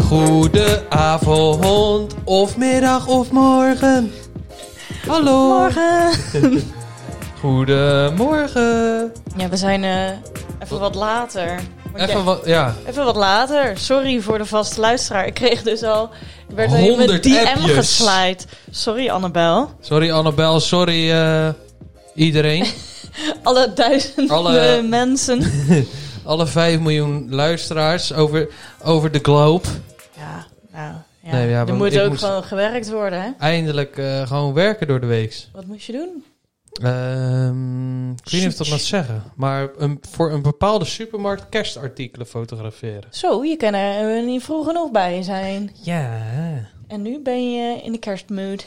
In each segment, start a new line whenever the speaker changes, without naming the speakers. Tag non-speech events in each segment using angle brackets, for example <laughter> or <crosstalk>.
Goede avond, of middag of morgen. Hallo.
Morgen!
Goedemorgen.
Ja, we zijn eh, even wat later. Want
Even
ja,
wat, ja.
even wat later. Sorry voor de vaste luisteraar. Ik kreeg dus al... Ik werd al in mijn
100
DM
appjes.
geslaaid. Sorry, Annabel.
Sorry Annabel, sorry eh, iedereen.
<laughs> Alle duizenden
Alle-
<laughs> mensen.
Alle 5 miljoen luisteraars over, over de globe.
Ja, nou... Ja.
Nee, ja,
er
want
moet
ik
ook
moest-
gewoon gewerkt worden, hè?
Eindelijk eh, gewoon werken door de week.
Wat moest je doen?
Ehm, ik weet niet of ik dat mag zeggen. Maar een, voor een bepaalde supermarkt kerstartikelen fotograferen.
Zo, je kan er eh, niet vroeg genoeg bij zijn.
Ja.
En nu ben je in de kerstmood.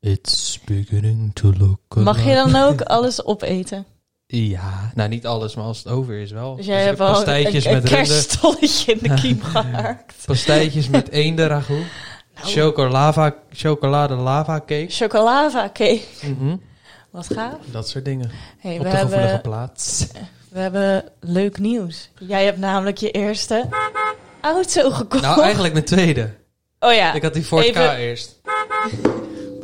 It's beginning to look
Mag je dan ook
<laughs>
alles opeten?
Ja, nou niet alles, maar als het over is wel.
Dus jij
ik
hebt
heb
al een,
pastijtjes
een
met runde,
kerststolletje in de kiem
<laughs>
gehaakt.
pastijtjes
<laughs>
met eendenragout,
Nou,
chocolava, chocolade lava cake,
chocolava cake.
Mhm.
Wat gaaf.
dat soort dingen.
Hey,
Op
we,
de gevoelige
hebben,
plaats.
we hebben leuk nieuws. Jij hebt namelijk je eerste auto gekocht.
Nou, eigenlijk mijn tweede.
oh ja.
Ik had die Ford
even-
K
<laughs>
eerst.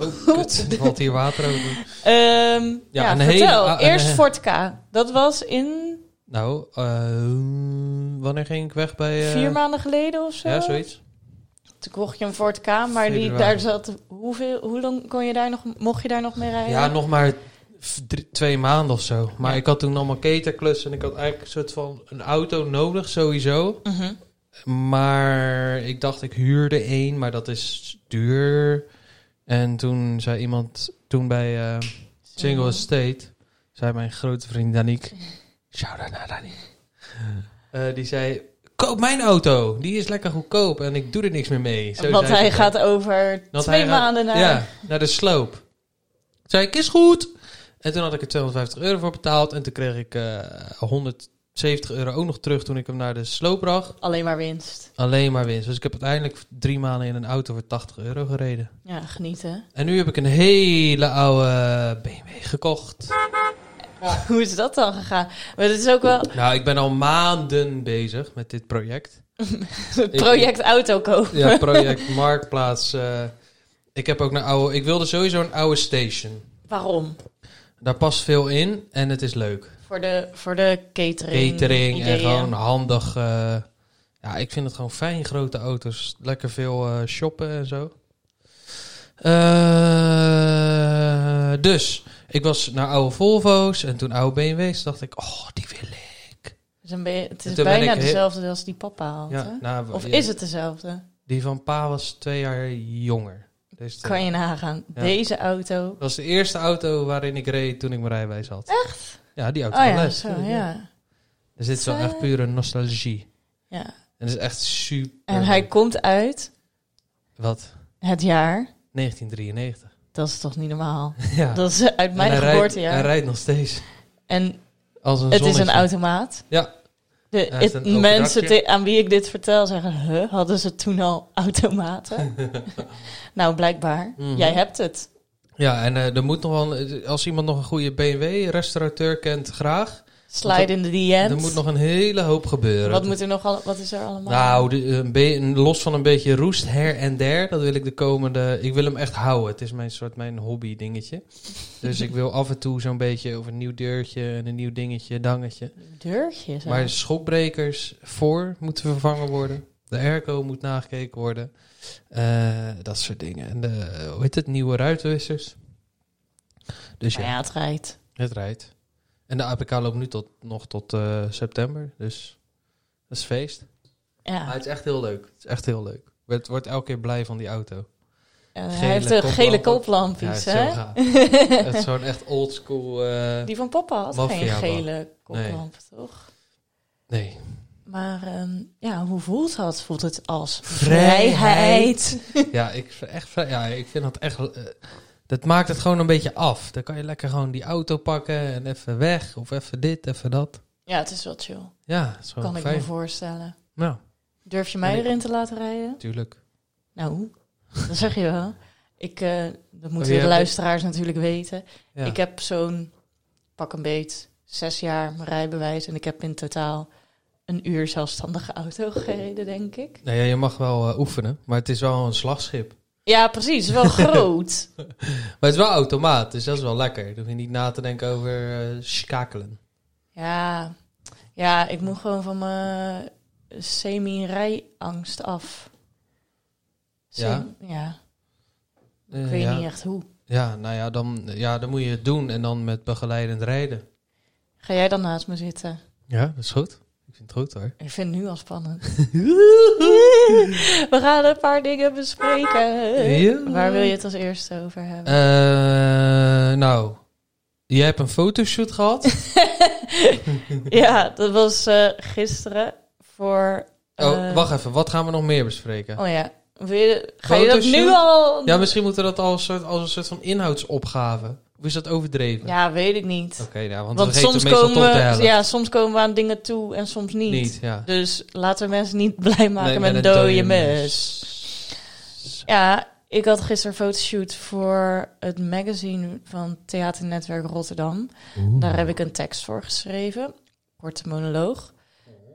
Oh, kut. Er Valt hier water over?
Ehm, ja,
een hele-
vertel.
ah, een
Eerst
he-
Ford K. Dat was in
Nou, eh, wanneer ging ik weg bij... eh,
vier maanden geleden of zo.
Ja, zoiets.
Toen kocht je een Ford K, maar die,
Februari.
daar zat... Hoeveel, hoe lang kon je daar nog, mocht je daar nog mee rijden?
Ja, nog maar v- drie- twee maanden of zo. Maar
Ja.
ik had toen allemaal caterklussen en ik had eigenlijk een soort van een auto nodig sowieso.
Mhm.
Maar ik dacht, ik huurde één, maar dat is duur. En toen zei iemand, toen bij eh, Single Estate, zei mijn grote vriend Daniek, shout-out naar Daniek. Eh, die zei, koop mijn auto, die is lekker goedkoop en ik doe er niks meer mee. Zo
Want
zei
hij
ze.
gaat over
Want
twee
hij gaat-
maanden naar...
Ja, naar de sloop. Toen zei ik, is goed. En toen had ik er 250 euro voor betaald en toen kreeg ik eh 170 euro ook nog terug toen ik hem naar de sloop bracht.
Alleen maar winst.
Alleen maar winst. Dus ik heb uiteindelijk drie maanden in een auto voor 80 euro gereden.
Ja, genieten.
En nu heb ik een hele oude BMW gekocht.
<laughs> Hoe is dat dan gegaan? Maar het is ook wel
Nou, ik ben al maanden bezig met dit project.
het project auto kopen.
Ja, project <laughs> Marktplaats. eh, ik heb ook naar oude... Ik wilde sowieso een oude station.
Waarom?
Daar past veel in en het is leuk.
Voor de, voor de catering.
Catering en
ideeën.
gewoon handig... eh, ja, ik vind het gewoon fijn, grote auto's. Lekker veel eh, shoppen en zo. Eh, dus, ik was naar oude Volvo's en toen oude BMW's. dacht ik, oh, die wil ik.
Dus dan ben je- het
En toen
is
ben
bijna
ik heel-
dezelfde als die papa had. hè?
Ja, nou,
of
ja,
is het dezelfde?
Die van pa was twee jaar jonger. Dus de-
Kan je nagaan.
Ja.
Deze auto.
Dat was de eerste auto waarin ik reed toen ik mijn rijbewijs had. Echt? Ja, die
Oh
auto. van
ja,
les,
zo,
tuurlijk,
ja.
Dus dit is wel echt pure nostalgie.
ja.
En het is echt super.
En hij komt uit
Wat?
het jaar.
1993.
Dat is toch niet normaal?
Ja.
Dat is uit
En
mijn
hij Rijdt, hij
geboortejaar.
rijdt nog steeds.
En
Als een
het is een
zonnetje.
automaat.
Ja.
De,
Hij heeft
het-
een open
mensen
dakje.
te- aan wie ik dit vertel zeggen, huh, hadden ze toen al
<laughs>
automaten? nou, blijkbaar.
Mhm.
Jij hebt het.
Ja, en eh, er moet nog wel. een- Als iemand nog een goede BMW-restaurateur kent, graag.
Slide in de DM's.
Er moet nog een hele hoop gebeuren.
wat, moet er nog al, wat is er allemaal?
Nou, de- een be- een- los van een beetje roest her en der, dat wil ik de komende. Ik wil hem echt houden. Het is mijn soort mijn hobby dingetje. Dus ik wil af en toe zo'n beetje over een nieuw deurtje en een nieuw dingetje, dangetje.
Deurtjes. hè?
Maar schokbrekers voor moeten vervangen worden. De airco moet nagekeken worden. Eh, dat soort dingen. En de, hoe heet het? Nieuwe ruitwissers. Dus
Maar
ja,
ja, het rijdt.
het rijdt. En de APK loopt nu tot, nog tot eh, september. Dus dat is feest. Maar
Ja.
het is echt heel leuk. Het is echt heel leuk. Ik werd- word elke keer blij van die auto.
En hij
gele
heeft een gele
koplampen.
kooplampjes,
Ja,
hè?
het is zo
<laughs>
gaaf. Het is zo'n echt oldschool... eh
Die van papa had geen
Maffiaman.
gele koplamp, toch?
nee.
Maar ehm, ja, hoe voelt dat? Voelt het als
Vrijheid.
vrijheid?
Ja, ik, vind echt, vrij- ja, ik vind dat echt... eh, dat maakt het gewoon een beetje af. Dan kan je lekker gewoon die auto pakken en even weg. Of even dit, even dat.
Ja, het is wel chill.
Ja, dat is gewoon
Kan ik
Oh, fijn.
me voorstellen.
Nou,
Durf je mij
En ik-
erin te laten rijden?
tuurlijk.
Nou, <laughs> dat zeg je wel. Ik, eh, dat
Oh,
moeten
je
de
hebt-
luisteraars natuurlijk weten.
Ja.
Ik heb zo'n pak een beet zes jaar mijn rijbewijs en ik heb in totaal een uur zelfstandige auto gereden, denk ik.
Nou ja, je mag wel eh, oefenen, maar het is wel een slagschip.
Ja, precies.
<laughs>
Wel groot.
Maar het is wel automaat, dus dat is wel lekker. Dan hoef je niet na te denken over eh, schakelen.
ja. ja, ik moet gewoon van mijn semi-rijangst af. Sem- ja,
Eh,
ik weet
ja.
niet echt hoe.
Ja, nou ja dan, ja, dan moet je het doen en dan met begeleidend rijden.
Ga jij dan naast me zitten?
Ja, dat is goed. Ik vind het goed hoor.
Ik vind het nu al spannend. We gaan een paar dingen bespreken.
<laughs> Ja.
Waar wil je het als eerste over hebben?
Eh, nou, jij hebt een fotoshoot
<laughs>
gehad. <laughs>
ja, dat was eh, gisteren voor...
Oh,
eh,
wacht even. Wat gaan we nog meer bespreken?
Oh ja. Wil je, ga je dat
Fotoshoot?
nu al...
Ja,
Ja,
misschien moeten we dat als, soort, als een soort van inhoudsopgave. Of is dat overdreven?
weet ik niet.
Oké, nou, want,
Want,
we vergeten
soms,
meestal
komen
tot de
we,
helft.
ja, soms komen we aan dingen toe en soms niet.
Niet, ja.
Dus laten we mensen niet <laughs> blij
Nee,
maken met,
een
een dode,
mes.
mes. Ja, ik had gisteren een fotoshoot voor het magazine van Theaternetwerk Rotterdam. Daar heb ik een tekst voor geschreven, korte monoloog.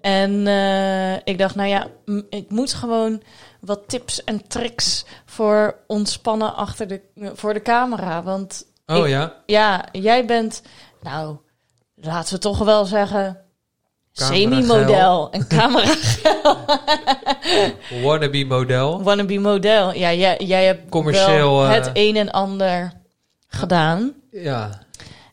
En eh, ik dacht, nou ja, m- ik moet gewoon wat tips en tricks voor ontspannen achter de, voor de camera. Want
Oh ja?
ja, jij bent, nou, laten we toch wel zeggen,
Cameragel.
semi-model en
<laughs>
camera
Wannabe model.
wannabe model. Ja, jij, jij hebt
Commercieel,
wel
eh,
het een en ander gedaan.
Ja.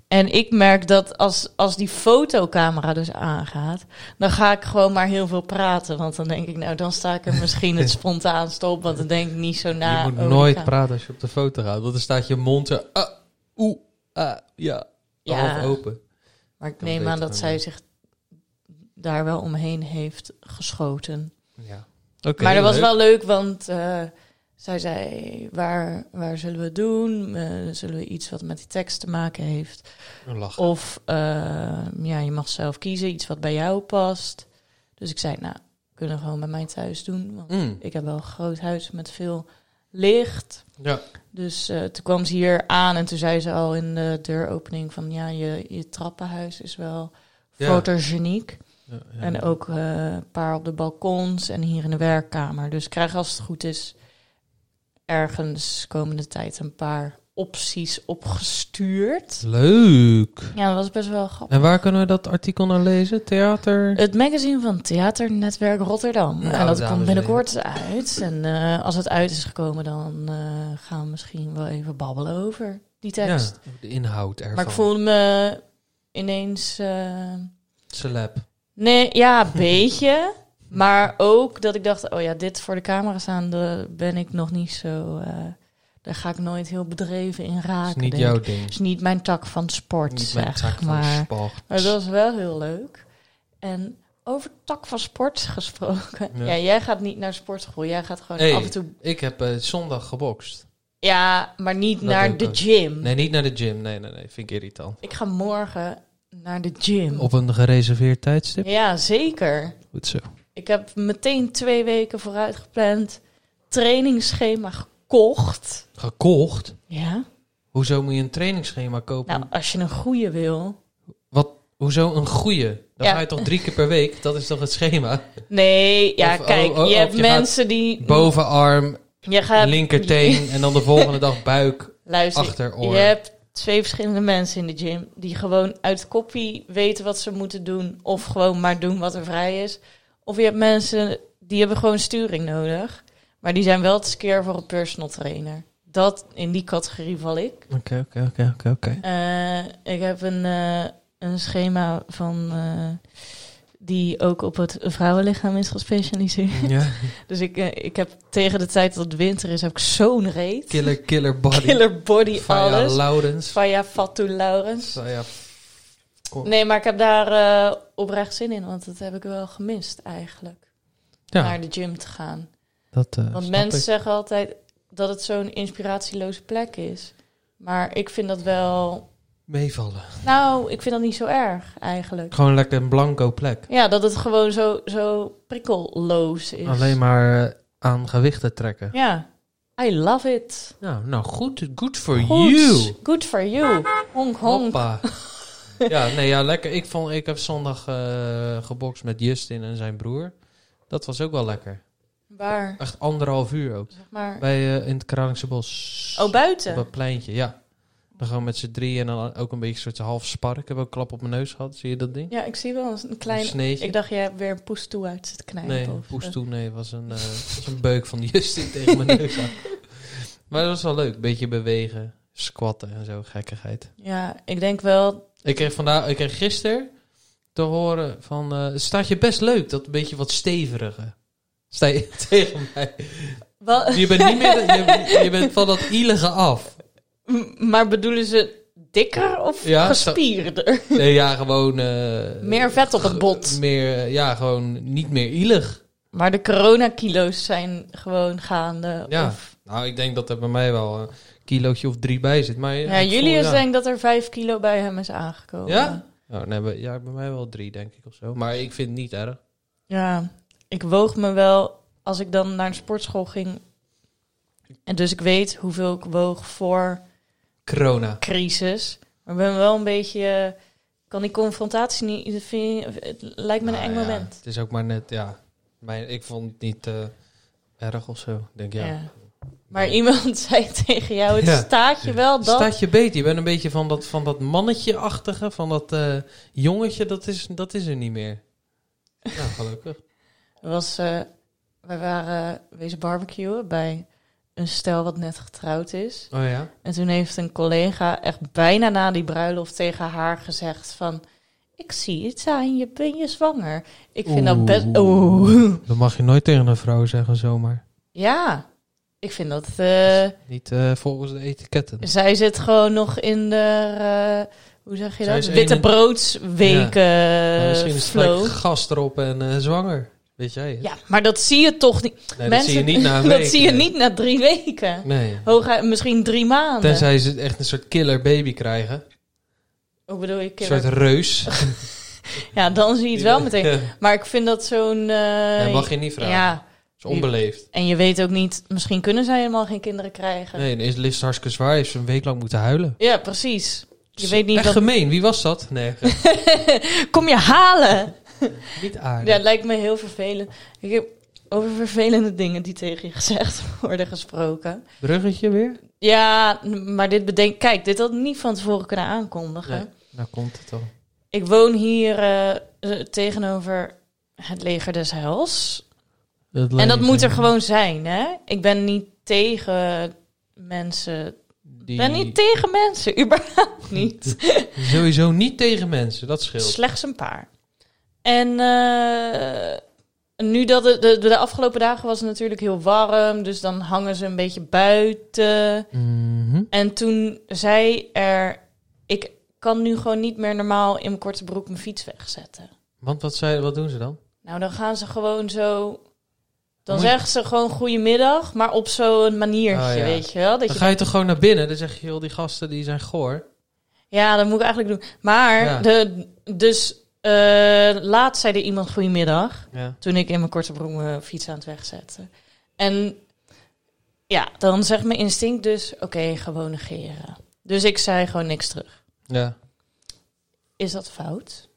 En ik merk dat als, als die fotocamera dus aangaat, dan ga ik gewoon maar heel veel praten. Want dan denk ik, nou, dan sta ik er misschien
<laughs>
het spontaanste op, want dan denk ik niet zo na.
je
over
moet
de
nooit
camera.
praten als je op de foto gaat. Want dan staat je mond er... Ah, oeh, ah, ja.
Ja.
Half open.
Maar ik
Dat
neem
weet
aan
ik
dat
wel
zij
niet.
zich daar wel omheen heeft geschoten.
Ja. Oké,
maar dat was
leuk.
wel leuk, want eh, zij zei, waar, waar zullen we het doen? Eh, zullen we iets wat met die tekst te maken heeft?
Een lach.
Of eh, ja, je mag zelf kiezen, iets wat bij jou past. Dus ik zei, nou, we kunnen we gewoon bij mij thuis doen. Want
Mm.
ik heb wel een groot huis met veel licht.
Ja.
Dus eh, toen kwam ze hier aan en toen zei ze al in de deuropening van... ja, je, je trappenhuis is wel
Ja.
fotogeniek.
Ja, ja.
En ook eh, een paar op de balkons en hier in de werkkamer. Dus ik krijg als het goed is ergens komende tijd een paar opties opgestuurd.
Leuk.
Ja, dat was best wel grappig.
En waar kunnen we dat artikel nou lezen? Theater?
Het magazine van Theaternetwerk Rotterdam.
Nou,
en dat
Mhm. dames en
komt binnenkort uit. En eh, als het uit is gekomen, dan eh, gaan we misschien wel even babbelen over die tekst.
Ja, de inhoud ervan.
maar ik voelde me ineens. eh,
Celeb.
nee, ja,
<laughs>
een beetje. Maar ook dat ik dacht: oh ja, dit voor de camera staan, daar ben ik nog niet zo. eh, daar ga ik nooit heel bedreven in raken.
is niet
denk ik.
jouw ding.
Is niet mijn tak van sport,
Niet
zeg
mijn taak van
maar.
sport.
Maar dat was wel heel leuk. En over tak van sport gesproken.
Ja.
Ja, jij gaat niet naar sportschool. Jij gaat gewoon
Hey.
af en toe.
Ik heb eh, zondag gebokst.
Mm. Ja, maar niet
Dat doe
naar
ik
de
ook.
gym.
Nee, niet naar de gym. Nee, nee, nee. Vind ik irritant.
Ik ga morgen naar de gym.
Op een gereserveerd tijdstip?
Mm. Ja, zeker.
Goed zo.
Ik heb meteen twee weken vooruit gepland. Trainingsschema gekocht.
Gekocht?
Ja.
Hoezo moet je een trainingsschema kopen?
Nou, als je een goede wil.
Wat? Hoezo een goeie? Dan
Ja.
ga je toch drie keer per week? Dat is toch het schema?
<laughs> Nee, ja,
Of-
kijk.
oh, oh,
je
of
hebt
je gaat
mensen die.
Bovenarm,
je gaat,
linkerteen en dan de volgende dag
<laughs>
buik,
Luister,
achteroor.
Je hebt twee verschillende mensen in de gym die gewoon uit kopie weten wat ze moeten doen of gewoon maar doen wat er vrij is. Of je hebt mensen die hebben gewoon sturing nodig, maar die zijn wel te skeer voor een personal trainer. Dat in die categorie val ik.
Oké, oké, oké, oké, oké.
Eh, ik heb een, eh, een schema van eh, die ook op het vrouwenlichaam is gespecialiseerd. <laughs>
Ja,
Dus ik, eh, ik heb tegen de tijd dat het winter is, heb ik zo'n reet.
<laughs> killer, killer body.
Killer body,
Faya
alles.
Laurens.
Faya Fatou Laurens.
Faya- Oh.
Nee, maar ik heb daar eh, oprecht zin in, want dat heb ik wel gemist eigenlijk.
Ja,
Naar de gym te gaan.
dat eh,
Want
snap
mensen
ik.
zeggen altijd dat het zo'n inspiratieloze plek is. Maar ik vind dat wel.
Meevallen.
Nou, ik vind dat niet zo erg eigenlijk.
Gewoon lekker een blanco plek.
Ja, dat het gewoon zo, zo prikkelloos is.
Alleen maar eh, aan gewichten trekken.
Ja. I love it.
Nou, nou goed, good for
Goed.
you.
<laughs> Good for you. Honk honk.
Hoppa. Ja, nee, ja, lekker. Ik, vond, ik heb zondag eh gebokst met Justin en zijn broer. Dat was ook wel lekker.
Waar?
Echt anderhalf uur ook.
Zeg maar.
Bij, eh, in het Kralingse Bos.
Oh,
Op
buiten.
dat pleintje, ja. Dan gaan we met z'n drieën en dan ook een beetje een soort half spar. Ik heb ook een klap op mijn neus gehad, zie je dat ding?
Ja, ik zie wel eens een
Een
klein.
sneetje.
Ik dacht, jij hebt weer een poes toe uit het knijpen.
nee,
of-
poes toe, nee, was een, eh, was een beuk van Justin <laughs> tegen mijn neus aan. Maar dat was wel leuk, beetje bewegen, squatten en zo, gekkigheid.
Ja, ik denk wel.
Ik kreeg, vandaag, ik kreeg gisteren te horen van... eh, het staat je best leuk, dat een beetje wat stevige. Sta je <laughs> tegen mij.
wel
Je bent, niet meer, je, je bent van dat ielige af.
<laughs> M- maar bedoelen ze dikker of
Ja,
gespierder? <laughs>
Nee, ja, gewoon... eh,
Meer vet op het bot.
Meer, eh, ja, gewoon niet meer ielig.
Maar de coronakilo's zijn gewoon gaande.
Ja,
of-
Nou, ik denk dat er bij mij wel een kilootje of drie bij zit. Maar, eh,
ja jullie is denk dat er vijf kilo bij hem is aangekomen.
Ja? Oh, nee, bij, ja, bij mij wel drie, denk ik, of zo. Maar ik vind het niet erg.
Ja, ik woog me wel als ik dan naar een sportschool ging. En dus ik weet hoeveel ik woog voor
Corona.
crisis. Maar ik ben wel een beetje... eh, kan die confrontatie niet... dat vind ik- het lijkt me een
Nou
eng
ja,
moment.
Het is ook maar net, ja. Mijn, ik vond het niet eh, erg of zo. Ik denk, ja.
Ja. Maar iemand <laughs> zei tegen jou, het
Ja.
staat je wel dat...
Staat je beter? Je bent een beetje van dat, van dat mannetje-achtige, van dat eh, jongetje, dat is, dat is er niet meer. Nou, gelukkig.
Er was, eh, wij waren wezen barbecuen bij een stel wat net getrouwd is.
Oh ja?
En toen heeft een collega echt bijna na die bruiloft tegen haar gezegd van... Ik zie het aan je, ben je zwanger? Ik vind dat best... Oeh.
Dat mag je nooit tegen een vrouw zeggen, zomaar.
Ja, ik vind dat... eh,
Niet eh, volgens de etiketten.
zij zit gewoon nog in de... eh, hoe zeg je
Zij
dat?
is
Witte
een-
broodsweken
Maar misschien is het gelijk
eh, flow.
gas erop en eh, zwanger. Weet jij het?
Ja, maar dat zie je toch niet.
Nee, Eh, dat zie je niet
<laughs>
na een
dat
week, eh.
zie je
nee.
niet eh? na drie weken.
Nee.
Hooguit misschien drie maanden.
Tenzij ze echt een soort killer baby krijgen.
Hoe bedoel je,
Een
killer?
soort reus.
Ja, dan zie je het wel
<laughs>
meteen.
Ja,
Maar ik vind dat zo'n... eh,
dat mag je niet vragen.
Ja,
Dat is onbeleefd.
en je weet ook niet... Misschien kunnen zij helemaal geen kinderen krijgen.
Nee, dan is Lis hartstikke zwaar. Heeft ze een week lang moeten huilen.
Ja, precies. Je
Is
weet niet
Echt
dat...
gemeen. Wie was dat? Nee,
<laughs> Kom je halen!
niet
Ja,
aardig.
het lijkt me heel vervelend. Ik heb over vervelende dingen die tegen je gezegd <laughs> worden gesproken.
Bruggetje weer?
Ja, n- maar dit bedenk... Kijk, dit had ik niet van tevoren kunnen aankondigen.
Nee. Nou komt het al.
Ik woon hier eh, eh, tegenover het leger des heils. En dat moet er gewoon zijn, hè? Ik ben niet tegen mensen.
Die...
Ik ben niet tegen mensen, <laughs> überhaupt niet.
Sowieso niet tegen mensen, dat scheelt.
Slechts een paar. En eh, nu dat het, de, de afgelopen dagen was het natuurlijk heel warm, dus dan hangen ze een beetje buiten.
Mhm.
En toen zei er, ik kan nu gewoon niet meer normaal in mijn korte broek mijn fiets wegzetten.
Want wat, zei, wat doen ze dan?
Nou, dan gaan ze gewoon zo. Dan
Moet je-
zeggen ze gewoon goedemiddag, maar op zo'n maniertje,
Oh, ja.
weet je wel. Dat
Dan
je
ga je toch gewoon naar binnen? Dan zeg je, joh, die gasten die zijn goor.
Ja, dat moet ik eigenlijk doen. Maar,
Ja.
de, dus eh laatst zei er iemand goedemiddag.
Ja.
Toen ik in mijn korte broek mijn fiets aan het wegzette. En ja, dan zegt mijn instinct dus, oké, gewoon negeren. Dus ik zei gewoon niks terug.
ja.
Is dat fout?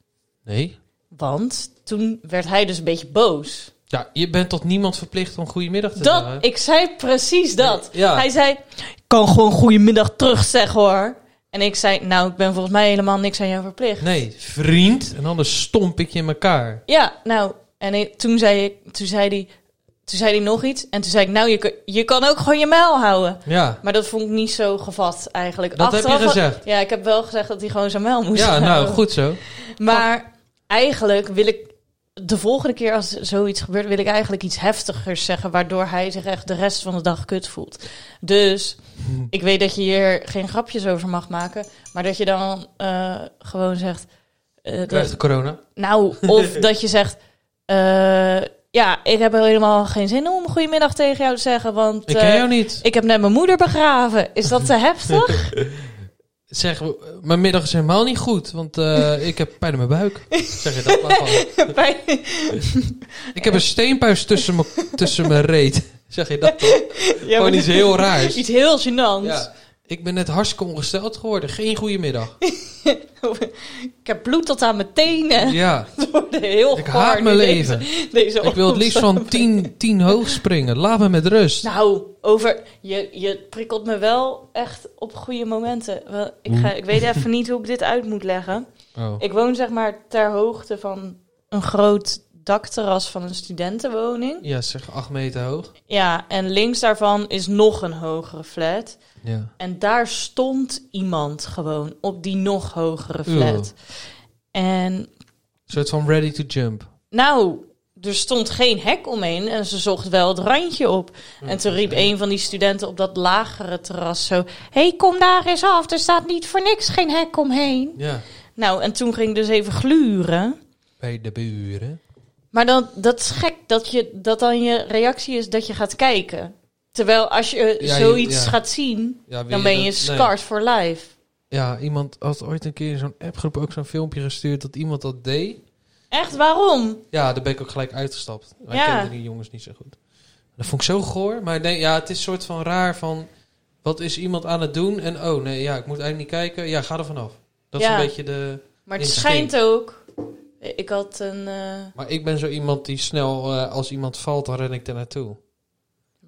Nee.
Want toen werd hij dus een beetje boos.
Ja, je bent tot niemand verplicht om goedemiddag te zeggen.
Dat, ik zei precies dat.
Ja.
Hij zei, ik kan gewoon goedemiddag terug zeggen hoor. En ik zei, nou, ik ben volgens mij helemaal niks aan jou verplicht.
Nee, vriend. En anders stomp ik je in elkaar.
Ja, nou, en ik- toen zei ik, toen zei hij, toen zei hij nog iets. En toen zei ik, nou, je, kun- je kan ook gewoon je mijl houden.
Ja.
Maar dat vond ik niet zo gevat eigenlijk.
Dat heb je
wel-
gezegd.
Ja, ik heb wel gezegd dat hij gewoon zijn mijl moest <laughs>
Ja, nou,
houden.
goed zo.
Maar eigenlijk wil ik, de volgende keer als zoiets gebeurt, wil ik eigenlijk iets heftigers zeggen. Waardoor hij zich echt de rest van de dag kut voelt. Dus ik weet dat je hier geen grapjes over mag maken. Maar dat je dan eh, gewoon zegt... eh, dat-
Krijg de corona.
nou, of
<laughs>
dat je zegt... eh, ja, ik heb helemaal geen zin om goedemiddag tegen jou te zeggen, want
Ik
eh,
ken jou niet.
ik heb net mijn moeder begraven. Is dat te
<laughs>
heftig?
Zeg, mijn middag is helemaal niet goed, want eh, ik heb pijn in mijn buik. Zeg je dat maar van.
<laughs> Bij-
Ik heb een steenpuis tussen mijn, tussen mijn reet. Zeg je dat toch?
ja, maar
Gewoon iets heel raars.
Iets heel gênants.
Ja. Ik Ik ben net hartstikke ongesteld geworden. Geen goede middag.
ik heb bloed tot aan mijn tenen.
Ja,
Het wordt <laughs> heel
ik
gaar
haat
nu
mijn
deze-
leven.
deze
Ik wil het liefst van
opstelling.
10 10 hoog springen. Laat me met rust.
Nou, over, je, je prikkelt me wel echt op goede momenten. Wel, Ik, ga, ik weet even niet hoe ik dit uit moet leggen.
Oh.
Ik woon zeg maar ter hoogte van een groot dakterras van een studentenwoning.
Ja, zeg 8 meter hoog.
Ja, en links daarvan is nog een hogere flat.
Ja.
En daar stond iemand gewoon op die nog hogere flat. En
Een soort van ready to jump.
Nou, er stond geen hek omheen en ze zocht wel het randje op.
Hmm,
En toen riep een van die studenten op dat lagere terras zo... hey, kom daar eens af, er staat niet voor niks geen hek omheen.
Ja.
Nou, en toen ging ik dus even gluren.
Bij de buren.
Maar dan, dat is gek dat, je, dat dan je reactie is dat je gaat kijken. Terwijl als je eh,
Ja, je-
zoiets
ja.
gaat zien,
Ja, wil
dan ben je
dat- nee.
scarred for life.
Ja, iemand had ooit een keer in zo'n appgroep ook zo'n filmpje gestuurd dat iemand dat deed.
Echt, waarom?
Ja, daar ben ik ook gelijk uitgestapt. Maar
Ja.
Ik kende die jongens niet zo goed. Dat vond ik zo goor. Maar ik denk, ja, het is een soort van raar van... Wat is iemand aan het doen? En oh, nee, ja, ik moet eigenlijk niet kijken. Ja, ga er vanaf. Dat
Ja.
is een beetje de...
Maar het
Instinct.
schijnt ook... Ik had een... eh,
Maar ik ben zo iemand die snel, eh, als iemand valt, dan ren ik er naartoe.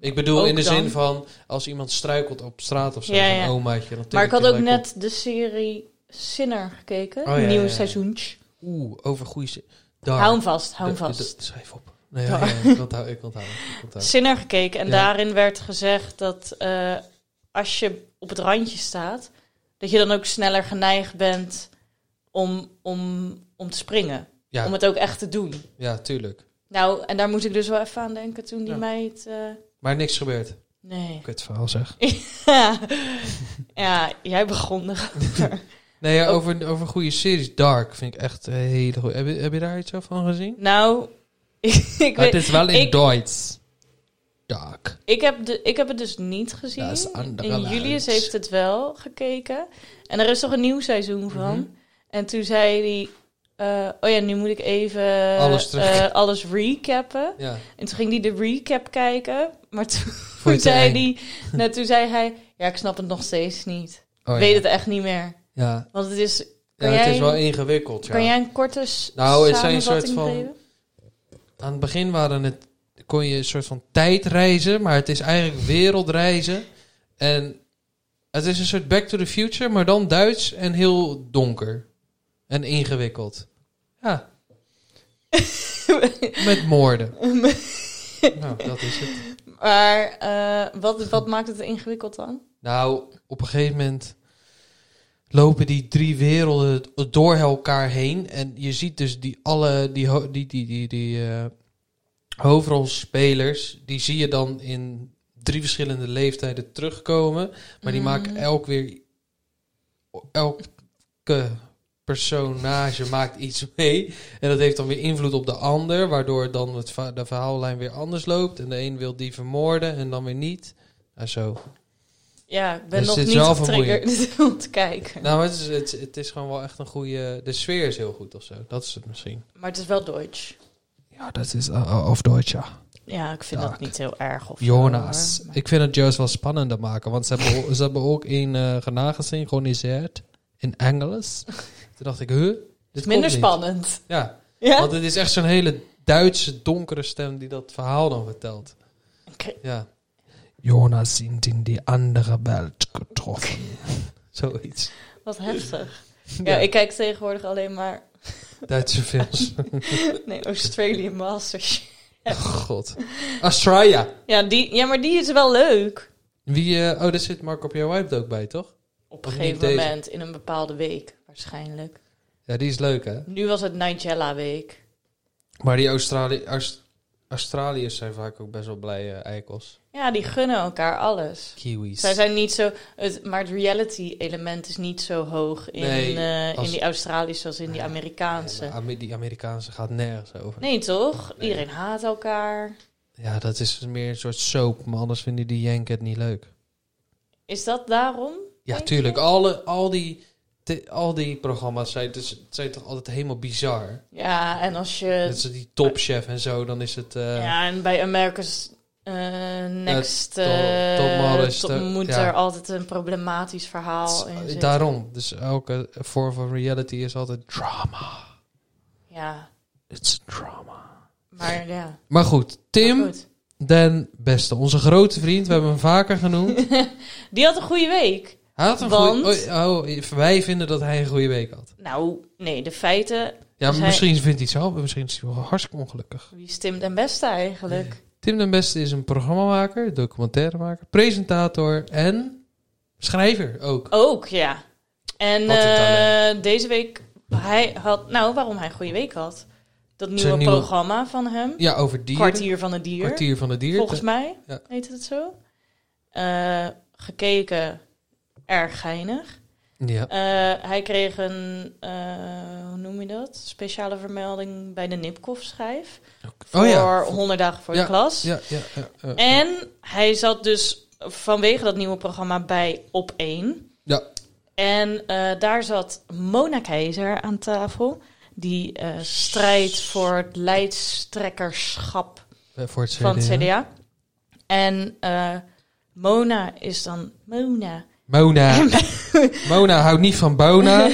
Ik bedoel,
Ook
in de
dan?
zin van, als iemand struikelt op straat of zo,
Ja,
zo'n
ja.
omaatje. Dan tik
Maar ik had ook
gelijk op.
net de serie Sinner gekeken.
Oh, ja,
nieuw
ja, ja.
seizoentje.
Oeh, over goede zin.
Hou hem vast, hou hem
De- de-
vast.
Schrijf op. Nee, ja, ja, ik onthoud, ik onthoud, ik onthoud.
Sinner gekeken en
Ja.
daarin werd gezegd dat eh, als je op het randje staat, dat je dan ook sneller geneigd bent om, om, om te springen.
Ja.
Om het ook echt te doen.
Ja, tuurlijk.
Nou, en daar moest ik dus wel even aan denken toen die
Ja.
meid... eh,
Maar niks gebeurt.
nee. <laughs>
Kut verhaal zeg.
ja, jij begon er.
<laughs> Nee, ja,
Ook-
over, over goede series. Dark vind ik echt een hele goede. Heb je, heb je daar iets over van gezien?
Nou, <laughs> ik, ik,
Ah, het
weet,
is wel in
ik-
Duits. Dark.
Ik heb, de, ik heb het dus niet gezien.
Dat is andere
en
luid.
Julius heeft het wel gekeken. En er is toch een nieuw seizoen van.
Mhm.
En toen zei hij... eh, oh ja, nu moet ik even
Alles terug.
eh, alles recappen. <laughs>
Ja.
En toen ging hij de recap kijken. Maar toen,
Vond je
<laughs> zei,
het
hij, nou, toen zei hij... Ja, ik snap het nog steeds niet.
Oh,
Ik weet
ja.
het echt niet meer.
Ja.
Want het is...
Ja,
Kan, jij,
het is wel ingewikkeld. Ja.
kan jij een korte s-
Nou, het zijn een
samenvatting
soort van-
geven?
Aan het begin waren het, kon je een soort van tijdreizen, maar het is eigenlijk wereldreizen. En het is een soort Back to the Future, maar dan Duits en heel donker. En ingewikkeld.
<laughs>
Ja. Met moorden. nou, dat is het.
<laughs> Maar eh, wat, wat maakt het ingewikkeld dan?
Nou, op een gegeven moment lopen die drie werelden door elkaar heen. En je ziet dus die alle die, ho- die, die, die, die eh, hoofdrolspelers, die zie je dan in drie verschillende leeftijden terugkomen. Maar die
Mhm.
maken elk weer elke personage maakt iets mee. En dat heeft dan weer invloed op de ander, waardoor dan het va- de verhaallijn weer anders loopt. En de een wil die vermoorden en dan weer niet. Nou, zo.
Ja, ik ben
Dus
nog
het is
niet
wel
getriggerd <laughs> om te kijken.
Nou, het is, het, het is gewoon wel echt een goede. De sfeer is heel goed of zo. Dat is het misschien.
Maar het is wel Duits.
Ja, dat is. eh, of Deutsch, ja.
Ja, ik vind
Dag.
dat niet heel erg. Of zo,
Jonas.
hoor. Maar-
Ik vind het juist wel spannender maken. Want ze <laughs> hebben, o- ze hebben ook een uh, genagesynchroniseerd in
<laughs>
Engels. Toen dacht ik, huh? Dit
Het is
komt
minder
niet. <laughs>
spannend.
Ja,
Ja?
want het is echt zo'n hele Duitse donkere stem die dat verhaal dan vertelt.
Oké.
Ja. Jonas sind in die andere Welt getroffen. <laughs> Zoiets.
Wat
<laughs>
heftig. Ja, ik kijk tegenwoordig alleen maar... <laughs>
Duitse films.
Nee, Australian Masters.
God. Australia.
Ja, die, ja, maar die is wel leuk.
Wie, eh, oh, daar zit Marco Pierre White ook bij, toch?
Op een
Of niet
gegeven
deze.
moment, in een bepaalde week waarschijnlijk.
Ja, die is leuk, hè?
Nu was het Nigella week.
Maar die Australi Aus- Australiërs zijn vaak ook best wel blij eh, eikels.
Ja, die gunnen elkaar alles.
Kiwis.
Zij zijn niet zo... Het, maar het reality-element is niet zo hoog in,
Nee,
eh,
als-
in die Australische als in die Amerikaanse.
Ja, maar Amer- die Amerikaanse gaat nergens over.
Nee, toch?
Nee.
Iedereen haat elkaar.
Ja, dat is dus meer een soort soap, maar anders vinden die Yank het niet leuk.
Is dat daarom?
Ja,
Denk
tuurlijk. Alle, al, die, te- al die programma's zijn, dus, zijn toch altijd helemaal bizar.
Ja, en als je...
Net zoals die topchef en zo, dan is het... eh,
ja, en bij America's Eh, next
Ja,
eh
Tom- Tom Morris,
to-
eh,
moet
ja.
er altijd een problematisch verhaal in zitten.
Daarom. Dus elke vorm van reality is altijd drama.
Ja,
It's drama.
maar ja.
Maar goed, Tim,
Maar goed.
Den Beste. Onze grote vriend. We hebben hem vaker
<laughs>
genoemd.
Die had een goede week.
Hij had een
Want-
goeie- oh, oh, wij vinden dat hij een goede week had.
Nou, nee, de feiten.
Ja,
Dus
maar
hij-
misschien vindt hij het zelf. Misschien is hij wel hartstikke ongelukkig.
Wie is Tim den Beste eigenlijk?
Tim den Beste is een programmamaker, documentairemaker, presentator en schrijver ook.
Ook, ja. En
Wat een
eh, deze week, hij had, nou, waarom hij een goede week had. Dat nieuwe,
nieuwe-
programma van hem.
Ja, over dieren.
Kwartier van het dier.
Kwartier van de dier.
volgens mij
Ja.
heet het zo. Eh, gekeken, erg geinig.
Ja.
Eh, hij kreeg een, eh, hoe noem je dat? Speciale vermelding bij de Nipkoff-schijf. Voor
Oh ja.
100 dagen voor
Ja,
de klas.
Ja, ja, ja, ja.
En hij zat dus vanwege dat nieuwe programma bij Op 1.
Ja.
En eh, daar zat Mona Keizer aan tafel. Die eh, strijdt voor het lijsttrekkerschap
Eh, voor het CDA.
van het CDA. En eh, Mona is dan Mona.
Mona. Mona houdt niet van
<laughs>
Bona.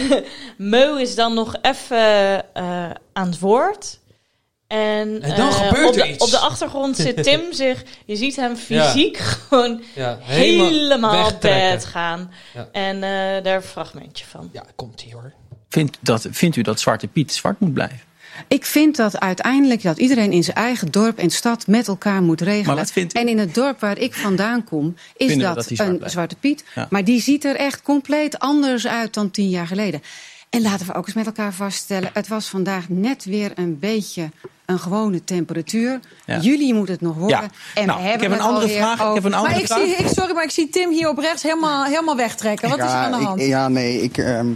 Meu is dan nog even eh, aan het woord. En,
En dan
eh,
gebeurt
op
er
de,
iets.
Op de achtergrond
<laughs>
zit Tim zich. Je ziet hem fysiek <laughs> gewoon
Ja,
helemaal, op
wegtrekken.
bed gaan.
Ja.
En eh, daar een fragmentje van.
Ja, komt hier hoor.
Vindt, dat, vindt u dat Zwarte Piet zwart moet blijven?
Ik vind dat uiteindelijk dat iedereen in zijn eigen dorp en stad met elkaar moet regelen.
Maar wat vindt u?
En in het dorp waar ik vandaan kom, is
Vinden we
dat,
dat die zwart
een
blijft?
zwarte piet.
Ja.
Maar die ziet er echt compleet anders uit dan tien jaar geleden. En laten we ook eens met elkaar vaststellen, het was vandaag net weer een beetje een gewone temperatuur.
Ja.
Juli moet het nog worden.
Ja.
En
Nou,
we
ik
hebben
heb
het
een andere
alweer
vraag, ik
over-
heb een andere
maar ik
vraag.
zie, ik, sorry, maar ik zie Tim hier op rechts helemaal, helemaal wegtrekken. Wat is er aan de
ik-
hand?
ja, nee, ik, ehm,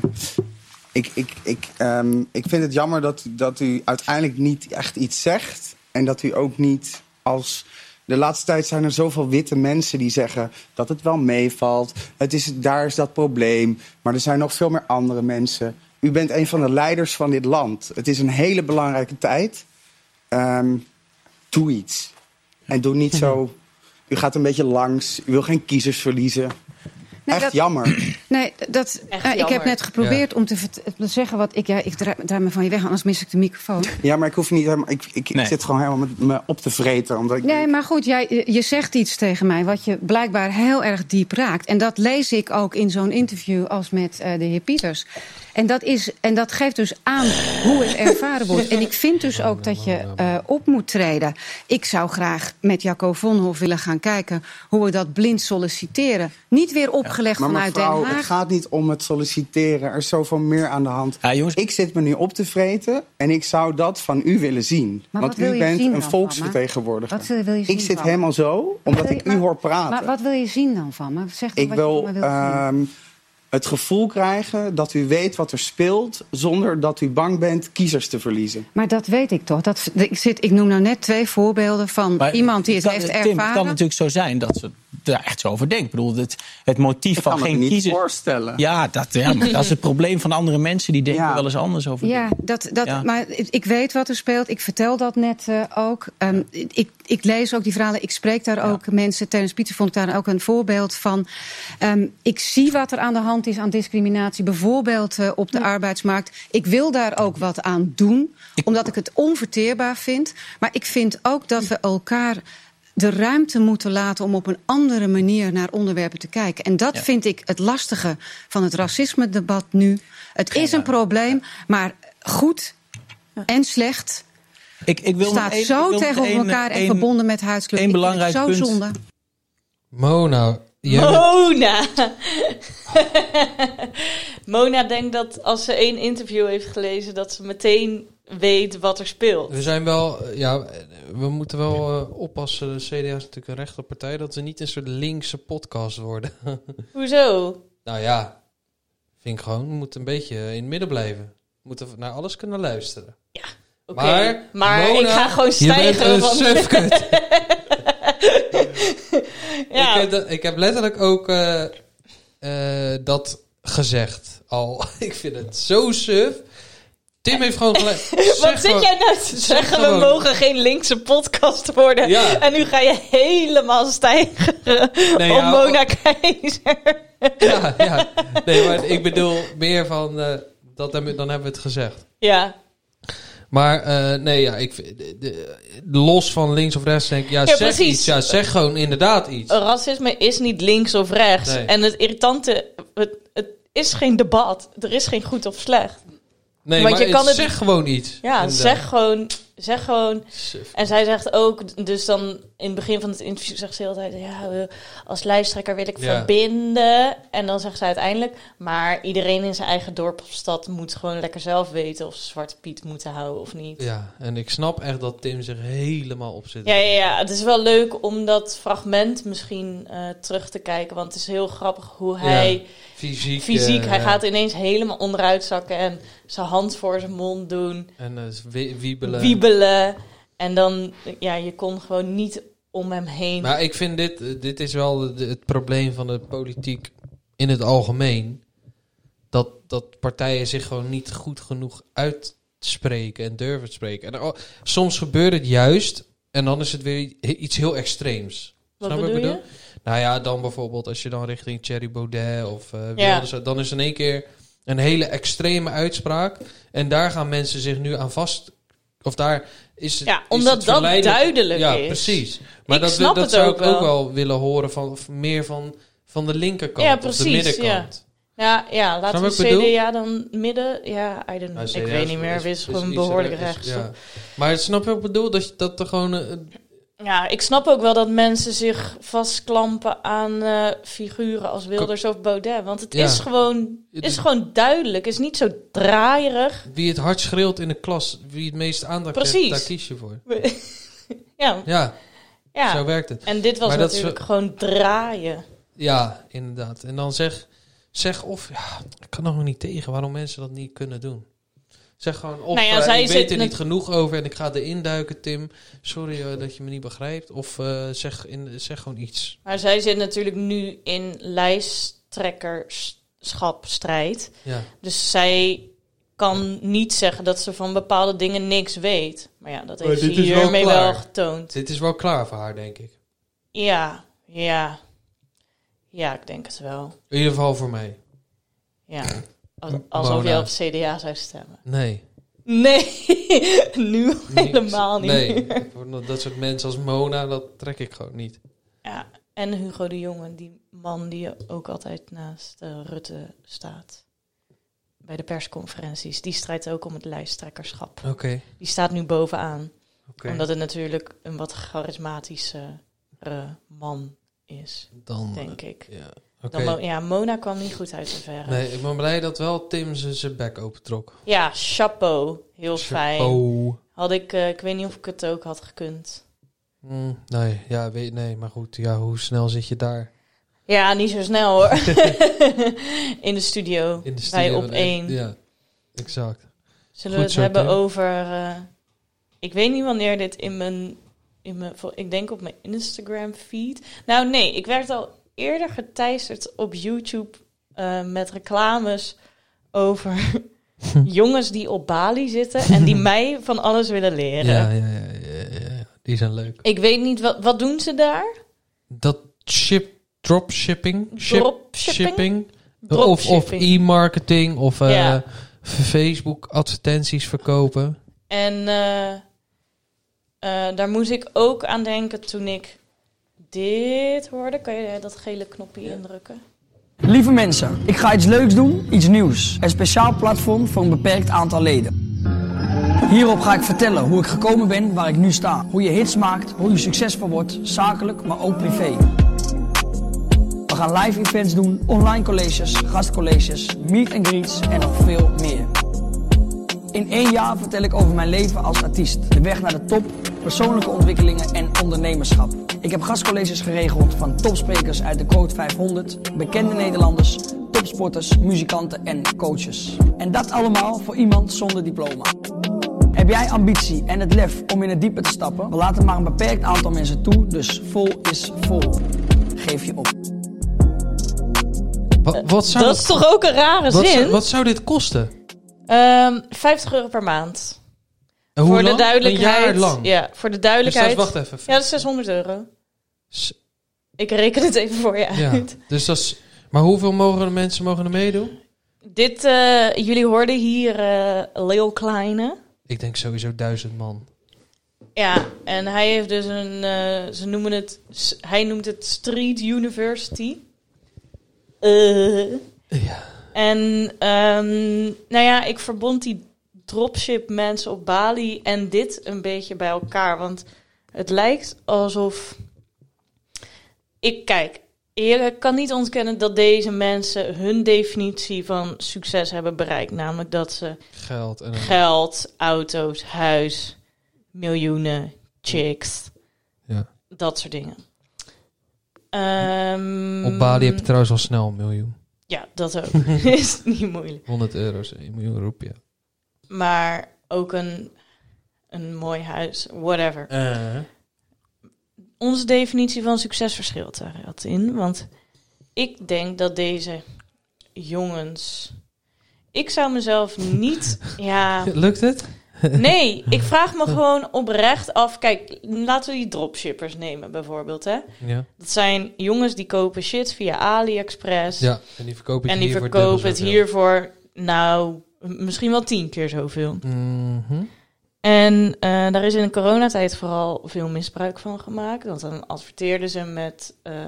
ik, ik, ik, ehm, ik vind het jammer dat, dat u uiteindelijk niet echt iets zegt. En dat u ook niet als... De laatste tijd zijn er zoveel witte mensen die zeggen dat het wel meevalt. Het is, daar is dat probleem. Maar er zijn nog veel meer andere mensen. U bent een van de leiders van dit land. Het is een hele belangrijke tijd. Ehm, doe iets. En doe niet zo... U gaat een beetje langs. U wil geen kiezers verliezen.
Nee,
Echt
dat-
jammer.
Nee, dat,
Echt
eh, ik
jammer.
heb net geprobeerd om te, vert- te zeggen wat ik... Ja, ik draai, draai me van je weg, anders mis ik de
<laughs>
microfoon.
Ja, maar ik hoef niet helemaal. Ik, ik, ik
Nee.
zit gewoon helemaal met me op te vreten. Omdat ik,
Nee, maar goed, jij, je- je zegt iets tegen mij wat je blijkbaar heel erg diep raakt. En dat lees ik ook in zo'n interview als met eh, de heer Pieters. En dat, is, en dat geeft dus aan hoe het ervaren wordt. En ik vind dus ook dat je eh, op moet treden. Ik zou graag met Jacco Vonhoff willen gaan kijken hoe we dat blind solliciteren. Niet weer opgelegd
maar
vanuit
mevrouw,
Den Haag.
het gaat niet om het solliciteren. Er is zoveel meer aan de hand.
Ja, jongens.
Ik zit me nu op te vreten en ik zou dat van u willen zien.
Maar
Want
wat wil
u
je
bent
zien
een
dan,
volksvertegenwoordiger.
Wat eh, wil je zien
ik zit
van me?
helemaal zo, omdat
wil
ik
je-
u
maar-
hoor praten.
Maar wat wil je zien dan van me? Zeg dan
ik
wat je
wil
van me wilt zien.
ehm, het gevoel krijgen dat u weet wat er speelt... zonder dat u bang bent kiezers te verliezen.
Maar dat weet ik toch. Dat, ik, zit, ik noem nou net twee voorbeelden van
Maar
iemand die het
kan-
heeft
Tim,
ervaren.
het kan natuurlijk zo zijn dat ze daar echt zo over denkt. Ik bedoel, het, het motief
Ik
van
kan me
geen
niet
kiezer...
voorstellen.
Ja, dat, ja, maar dat is
<laughs>
het probleem van andere mensen. Die denken
Ja.
wel eens anders over
Ja,
dingen.
dat, dat,
Ja.
maar ik ik weet wat er speelt. Ik vertel dat net eh, ook. Ehm, ik, ik lees ook die verhalen. Ik spreek daar ook mensen. Terence Pieter vond ik daar ook een voorbeeld van. Ehm, ik zie wat er aan de hand is aan discriminatie. Bijvoorbeeld eh, op de arbeidsmarkt. Ik wil daar ook wat aan doen. Omdat ik het onverteerbaar vind. Maar ik vind ook dat we elkaar de ruimte moeten laten om op een andere manier naar onderwerpen te kijken. En dat
Ja.
vind ik het lastige van het racisme-debat nu. Het is een probleem, maar goed en slecht
Ik, ik wil
staat
nog één- ik
zo
wil nog
tegen
één-
elkaar en
één-
verbonden met huidskleur.
één
Ik vind het
belangrijk
zo
punt.
zonde.
Mona.
<laughs>
jij bent-
Mona! Mona denkt dat als ze één interview heeft gelezen, dat ze meteen weet wat er speelt.
We zijn wel, eh, ja, eh, we moeten wel eh, oppassen. De CDA is natuurlijk een rechte partij, dat ze niet een soort linkse podcast worden. <laughs>
Hoezo?
nou ja, vind ik gewoon, we moeten een beetje in het midden blijven. We moeten naar alles kunnen luisteren.
Oké,
Maar,
maar
Mona,
ik ga gewoon
je bent
stijgen.
een
want- <laughs>
sufkut.
ja,
ik, heb, dat- ik heb letterlijk ook <laughs> eh, eh, dat gezegd al. ik vind het zo suf. Tim heeft gewoon gelijk.
<laughs> Wat
Zeg
zit
gewoon-
jij nou te
zeg
zeggen?
gewoon.
We mogen geen linkse podcast worden.
Ja.
En nu ga je helemaal stijgen
Nee,
om
ja,
Mona Keizer.
<laughs> Ja, ja. Nee, maar ik bedoel meer van, eh, dat hebben, dan hebben we het gezegd.
Ja.
Maar eh, nee, ja, ik, vind- de- de- los van links of rechts denk ik, ja, zeg
precies. Oh,
iets. Ja, zeg gewoon inderdaad iets.
Racisme is niet links of rechts.
Nee.
En het irritante, het, het is geen debat. Er is geen goed of slecht.
Nee,
want
maar
je
het-
kan het-
zeg gewoon iets.
Ja,
Inderdaad.
zeg gewoon, zeg gewoon
Suf.
En zij zegt ook, dus dan in het begin van het interview zegt ze de hele tijd, ja, eh, als lijsttrekker wil ik
Ja.
verbinden. En dan zegt ze uiteindelijk, maar iedereen in zijn eigen dorp of stad moet gewoon lekker zelf weten of ze Zwarte Piet moeten houden of niet.
Ja, en ik snap echt dat Tim zich helemaal op zit.
Ja, ja, ja. Het is wel leuk om dat fragment misschien eh, terug te kijken, want het is heel grappig hoe hij
Fysiek.
fysiek,
eh,
hij gaat ineens helemaal onderuit zakken en zijn hand voor zijn mond doen.
En eh, wi- wiebelen.
wiebelen. En dan, ja, je kon gewoon niet om hem heen.
Maar ik vind dit, eh, dit is wel de- de- het probleem van de politiek in het algemeen. Dat, dat partijen zich gewoon niet goed genoeg uitspreken en durven te spreken. En al- soms gebeurt het juist en dan is het weer i- iets heel extreems.
Wat
Snap je
bedoel je?
Nou ja, dan bijvoorbeeld als je dan richting Thierry Baudet of eh
Ja.
Wilders... dan is in één keer een hele extreme uitspraak. En daar gaan mensen zich nu aan vast... Of daar is het,
Ja,
is
omdat
het
dat
verleidelijk-
duidelijk
ja,
is.
precies. Maar
Ik
dat,
snap
dat
het
zou
ook
ik ook
wel.
wel willen horen van of meer van, van de linkerkant
Ja,
of de
precies,
middenkant.
Ja, ja laten
Snap
we
wat ik bedoel?
CDA dan midden. Ja, I don't know.
Nou,
ik
CDA
weet
is-
niet meer.
is-
Het is, gewoon
iets
behoorlijk
re- is-
rechts.
ja.
Ja.
Maar snap je wat ik bedoel? Dat, je- dat er gewoon... eh,
ik snap ook wel dat mensen zich vastklampen aan eh, figuren als Wilders of Baudet. Want het
Ja.
is, gewoon,
Het
is
is-
gewoon duidelijk. Het is niet zo draaierig. <laughs>
wie het hard schreeuwt in de klas, wie het meest aandacht
Precies.
krijgt, daar kies je voor.
Ja,
Ja, zo
ja.
werkt het.
En dit was
Maar dat is
natuurlijk gewoon draaien.
Ja, inderdaad. En dan zeg, zeg of... Ja, ik kan er nog niet tegen waarom mensen dat niet kunnen doen. Zeg gewoon of,
Nou ja,
eh,
zij
ik
zit
weet er
met-
niet genoeg over en ik ga erin duiken, Tim. Sorry eh, dat je me niet begrijpt. Of eh, zeg, in, zeg gewoon iets.
Maar zij zit natuurlijk nu in lijsttrekkerschapstrijd.
Ja,
Dus zij kan niet zeggen dat ze van bepaalde dingen niks weet. Maar ja, dat
Maar
heeft ze
dit is wel
hiermee wel,
klaar.
getoond.
dit is wel klaar voor haar, denk ik.
Ja, ja. Ja, ik denk het wel.
In ieder geval voor mij.
Ja. Als- Alsof
Mona.
je op CDA zou stemmen.
Nee.
Nee, <laughs> nu <laughs> helemaal niet.
Nee, voor dat soort mensen als Mona, dat trek ik gewoon niet.
Ja. En Hugo de Jonge, die man die ook altijd naast eh, Rutte staat. Bij de persconferenties. Die strijdt ook om het lijsttrekkerschap.
Oké,
Die staat nu bovenaan.
oké.
Omdat het natuurlijk een wat charismatische man is,
dan...
denk ik.
Ja,
Dan
oké.
Mo- ja, Mona kwam niet goed uit de verre.
Nee, ik ben blij dat wel Tim ze- zijn bek opentrok.
Ja, chapeau. Heel fijn.
Chapeau.
Had ik, eh, ik weet niet of ik het ook had gekund.
Mm, nee, ja, weet, nee, maar goed. Ja, hoe snel zit je daar?
Ja, niet zo snel
<laughs>
hoor. In de studio.
In de studio
bij op
en-
één.
Ja, exact.
Zullen
Goed
we het
zo,
hebben
Tim.
over. eh, ik weet niet wanneer dit in mijn, in mijn. vol- Ik denk op mijn Instagram feed. Nou, nee, ik werd al eerder geteisterd op YouTube eh, met reclames
<laughs>
over jongens die op Bali zitten en die mij van alles willen leren.
Ja, ja, ja, ja, ja, ja. Die zijn leuk.
Ik weet niet wat, wat doen ze daar?
Dat ship, dropshipping. Ship,
Dropshipping?
shipping. Of,
Dropshipping.
of e-marketing of eh,
Ja.
Facebook advertenties verkopen.
En eh, eh, daar moest ik ook aan denken toen ik dit hoorde. Kan je dat gele knopje indrukken?
Lieve mensen, ik ga iets leuks doen, iets nieuws. Een speciaal platform voor een beperkt aantal leden. Hierop ga ik vertellen hoe ik gekomen ben waar ik nu sta. Hoe je hits maakt, hoe je succesvol wordt, zakelijk, maar ook privé. We gaan live events doen, online colleges, gastcolleges, meet and greets en nog veel meer. In één jaar vertel ik over mijn leven als artiest. De weg naar de top, persoonlijke ontwikkelingen en ondernemerschap. Ik heb gastcolleges geregeld van topsprekers uit de Code 500, bekende Nederlanders, topsporters, muzikanten en coaches. En dat allemaal voor iemand zonder diploma. Heb jij ambitie en het lef om in het diepe te stappen? We laten maar een beperkt aantal mensen toe, dus vol is vol. Geef je op.
Wa- wat, zou
Eh, dat is toch ook een rare
wat,
zin?
zou, wat zou dit kosten?
Ehm 50 euro per maand.
En hoe
voor
lang?
de duidelijkheid.
Een jaar lang.
Ja, voor de
dus dat is,
duidelijkheid.
wacht even.
ja, dat is 600 euro.
S-
Ik reken het even voor je
Ja,
uit.
dus dat is... Maar hoeveel mogen mensen mogen er meedoen?
Dit, eh, jullie hoorden hier eh Leo Kleine.
Ik denk sowieso duizend man.
Ja, en hij heeft dus een, eh, ze noemen het, s- hij noemt het Street University. Eh.
Ja.
En ehm, nou ja, ik verbond die dropship mensen op Bali en dit een beetje bij elkaar. Want het lijkt alsof. Ik kijk, eerlijk kan niet ontkennen dat deze mensen hun definitie van succes hebben bereikt. Namelijk dat ze
Geld en... een-
geld, auto's, huis, miljoenen, chicks.
Ja.
Dat soort dingen. Ehm,
Op Bali heb je trouwens al snel een miljoen.
Ja, dat ook. <laughs> Is niet moeilijk.
100 euro's, een miljoen roepje.
maar ook een, een mooi huis, whatever.
Eh.
Onze definitie van succes verschilt daar wat in. Want ik denk dat deze jongens. Ik zou mezelf niet.
<laughs>
Ja.
Lukt het?
Nee, ik vraag me gewoon oprecht af. Kijk, laten we die dropshippers nemen bijvoorbeeld. Hè?
Ja.
Dat zijn jongens die kopen shit via AliExpress.
Ja, en die verkoop ik
en die
hier voor
verkopen
dubbel
het
zoveel.
hiervoor. Nou, m- misschien wel tien keer zoveel.
Mhm.
En eh, daar is in de coronatijd vooral veel misbruik van gemaakt. Want dan adverteerden ze met... eh,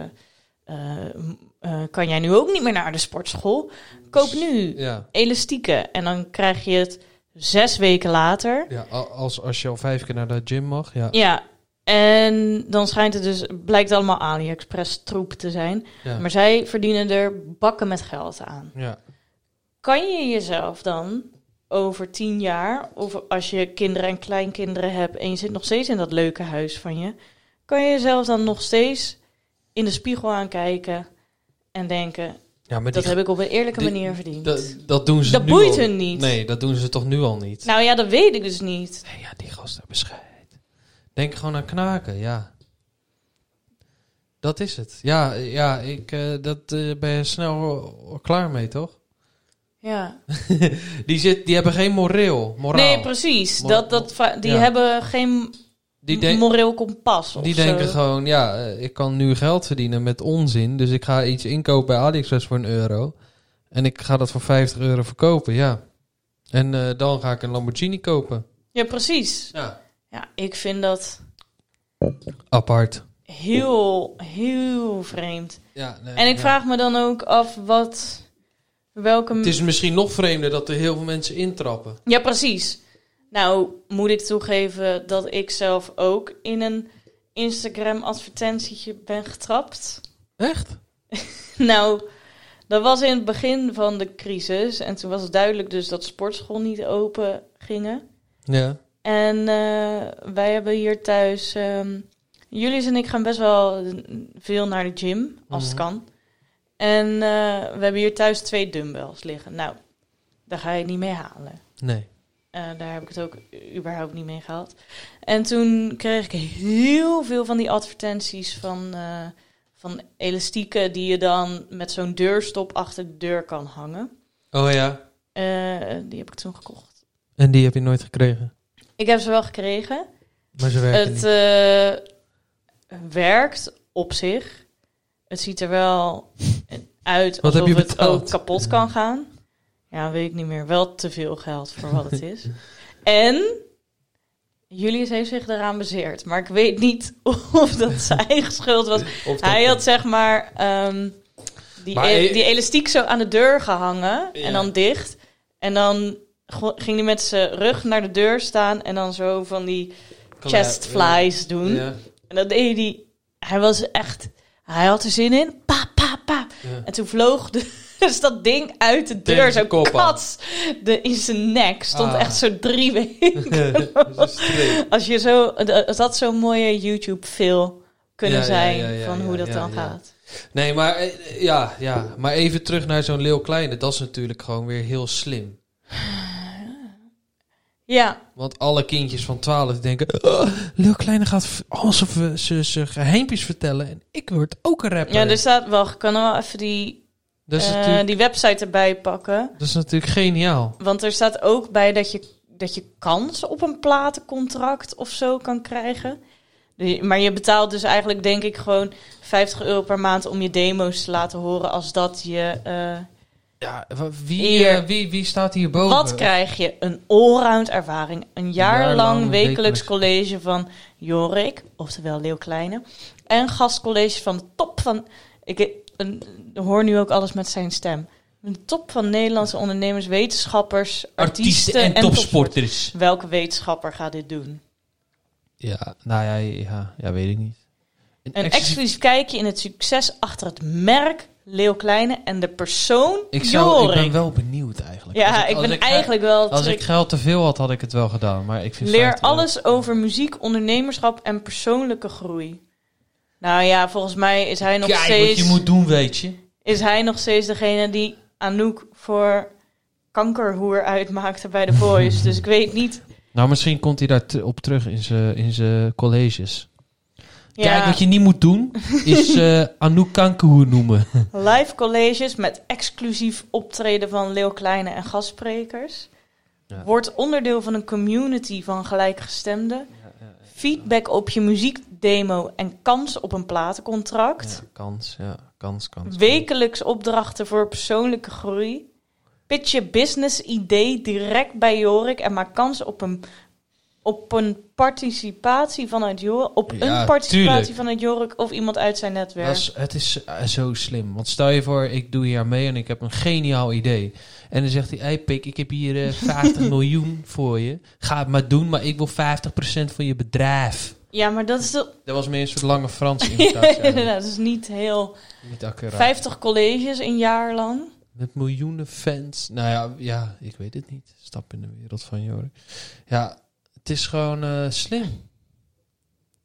eh, m- eh, kan jij nu ook niet meer naar de sportschool? Koop nu
Ja.
elastieken. En dan krijg je het zes weken later.
Ja, a- als, als je al vijf keer naar de gym mag, ja.
Ja, en dan schijnt het dus... Blijkt allemaal AliExpress troep te zijn.
Ja.
Maar zij verdienen er bakken met geld aan.
ja.
Kan je jezelf dan over tien jaar, of als je kinderen en kleinkinderen hebt en je zit nog steeds in dat leuke huis van je, kan je jezelf dan nog steeds in de spiegel aankijken en denken:
Ja, maar
dat
die,
heb ik op een eerlijke
die-
manier verdiend?
dat, dat doen ze
Dat
nu
boeit
al.
hun niet.
Nee, dat doen ze toch nu al niet?
nou ja, dat weet ik dus niet.
Nee, ja, die gasten hebben scheid. Denk gewoon aan knaken, ja. Dat is het. Ja, ja ik, eh, dat eh, ben je snel eh, klaar mee, toch?
Ja.
Die, zit, die hebben geen moreel, moraal.
Nee, precies.
Moraal.
Dat, dat, va- die
Ja.
hebben geen
die denk-
moreel kompas. Of
die
zo.
denken gewoon, ja, eh, ik kan nu geld verdienen met onzin. Dus ik ga iets inkopen bij AliExpress voor een euro. En ik ga dat voor 50 euro verkopen, ja. En eh, dan ga ik een Lamborghini kopen.
Ja, precies.
Ja.
Ja, ik vind dat
Apart.
heel, heel vreemd.
Ja, nee,
En ik
ja.
vraag me dan ook af wat. Welke.
Het is misschien nog vreemder dat er heel veel mensen intrappen.
Ja, precies. Nou, moet ik toegeven dat ik zelf ook in een Instagram-advertentietje ben getrapt. <laughs>
Echt?
Nou, dat was in het begin van de crisis. En toen was het duidelijk dus dat sportschool niet open gingen.
Ja.
En eh, wij hebben hier thuis. ehm, Julius en ik gaan best wel veel naar de gym, als het
Mhm.
kan. En eh, we hebben hier thuis twee dumbbells liggen. Nou, daar ga je niet mee halen.
Nee.
Eh, daar heb ik het ook überhaupt niet mee gehaald. En toen kreeg ik heel veel van die advertenties van, eh, van elastieken die je dan met zo'n deurstop achter de deur kan hangen.
Oh ja.
Eh, die heb ik toen gekocht.
En die heb je nooit gekregen.
Ik heb ze wel gekregen.
Maar ze werken
Het
niet.
eh, werkt op zich. Het ziet er wel uit
Wat heb
alsof
je
het
betaald?
ook kapot kan gaan. Ja, weet ik niet meer. Wel te veel geld voor wat het
<laughs>
is. En Julius heeft zich eraan bezeerd. Maar ik weet niet <laughs> of dat zijn eigen schuld was.
Of dat-
eh, Hij had zeg maar ehm, die,
Maar
e-
hij-
die elastiek zo aan de deur gehangen
Ja.
en dan dicht. En dan go- ging hij met zijn rug naar de deur staan en dan zo van die
Kan-
chest flies doen.
Ja. <laughs>
En dat deed hij. Hij was echt. Hij had er zin in. Pa, pa, pa.
Ja.
En toen vloog de- <laughs> dus dat ding uit de
Tegen
deur.
zijn
Zo
kop aan.
kats de, in zijn nek. Stond
Ah.
echt zo drie <laughs> weken.
Dat is een streep.
Als je zo. Als dat zo'n mooie YouTube-fil kunnen
Ja, ja,
zijn.
ja, ja,
van
ja,
hoe dat
ja,
dan
ja.
gaat.
Nee, maar, eh, ja, ja. maar even terug naar zo'n Leeuw Kleine. Dat is natuurlijk gewoon weer heel slim.
Ja,
Want alle kindjes van 12 denken... Oh, Leeuw Kleine gaat v- al zijn- zijn zijn geheimpjes vertellen. En ik word ook een rapper.
ja, er staat wel. Ik kan wel even die
Dat is,
dus, eh,
natuurlijk,
die website erbij pakken.
dat is natuurlijk geniaal.
Want er staat ook bij dat je, dat je kans op een platencontract of zo kan krijgen. Die- Maar je betaalt dus eigenlijk, denk ik, gewoon 50 euro per maand om je demo's te laten horen. Als dat je. eh,
Ja, wa- wie,
Hier.
eh, wie, wie staat hierboven?
wat krijg je? Een allround ervaring. Een jaar,
Oh, eh, jaar
lang,
lang
wekelijks
wekelijks.
college van Jorik, oftewel Leeuw Kleine. En gastcollege van de top van. Ik, een, hoor nu ook alles met zijn stem. Een top van Nederlandse ondernemers, wetenschappers, artiesten, en, topsport. Welke wetenschapper gaat dit doen?
Ja, nou ja, ja, ja, weet ik niet. Een
Een
exclusief-
exclusief kijkje in het succes achter het merk Leeuw Kleine en de persoon
ik, zou, ik ben
Jorik.
wel benieuwd eigenlijk. Als
ja, ik
als
ben
geld-
eigenlijk wel...
Als ik
terug-
geld te veel had, had ik het wel gedaan. Maar ik vind
Leer
50 euro-
alles over muziek, ondernemerschap en persoonlijke groei. Nou ja, volgens mij is hij nog,
Kijk wat
steeds,
je moet doen, weet je.
is hij nog steeds degene die Anouk voor kankerhoer uitmaakte bij The Voice. dus ik weet niet...
Nou, misschien komt hij daar te- op terug in zijn in zijn colleges. <laughs>
Ja,
Kijk, wat je niet moet doen, is eh Anouk Kankerhoer noemen.
Live colleges met exclusief optreden van Leeuw Kleine en gastsprekers.
Ja.
Word onderdeel van een community van gelijkgestemden. Feedback op je muziekdemo en kans op een platencontract.
Ja, kans, ja. Kans, kans.
Wekelijks opdrachten voor persoonlijke groei. Pitch je business idee direct bij Jorik en maak kans op een, op een participatie vanuit Jorik. Op
Ja,
een participatie
tuurlijk.
vanuit Jorik of iemand uit zijn netwerk.
Dat is- het is eh, zo slim. Want stel je voor, ik doe hier aan mee en ik heb een geniaal idee. En dan zegt hij, hey pik, ik heb hier eh, 50 miljoen voor je. Ga het maar doen, maar ik wil 50% van je bedrijf.
Ja, maar dat is toch-
Dat was meer een soort lange Frans imitatie.
<laughs>
eigenlijk.
dat is niet heel.
Niet accuraat.
50 colleges een jaar lang.
Met miljoenen fans. Nou ja, ja, ik weet het niet. Stap in de wereld van Jorik. Ja, het is gewoon eh, slim.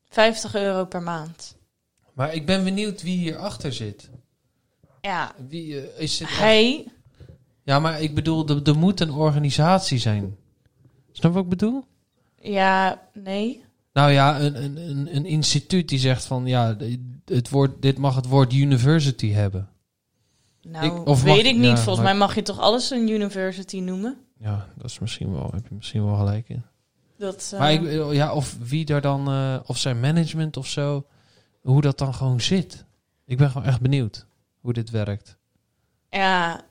50 euro per maand.
Maar ik ben benieuwd wie hierachter zit.
Ja,
Wie eh, is het?
hij.
Ja, maar ik bedoel, er, er moet een organisatie zijn. Snap je wat ik bedoel?
Ja, nee.
Nou ja, een, een, een, een instituut die zegt van ja, het woord, dit mag het woord university hebben.
Nou,
Ik- of
weet
mag-
ik niet.
ja,
Volgens
maar-
mij mag je toch alles een university noemen?
Ja, dat is misschien wel, heb je misschien wel gelijk in.
Dat, eh,
Maar ik, bedoel, ja, of wie daar dan, eh, of zijn management of zo, hoe dat dan gewoon zit. Ik ben gewoon echt benieuwd hoe dit werkt.
Ja,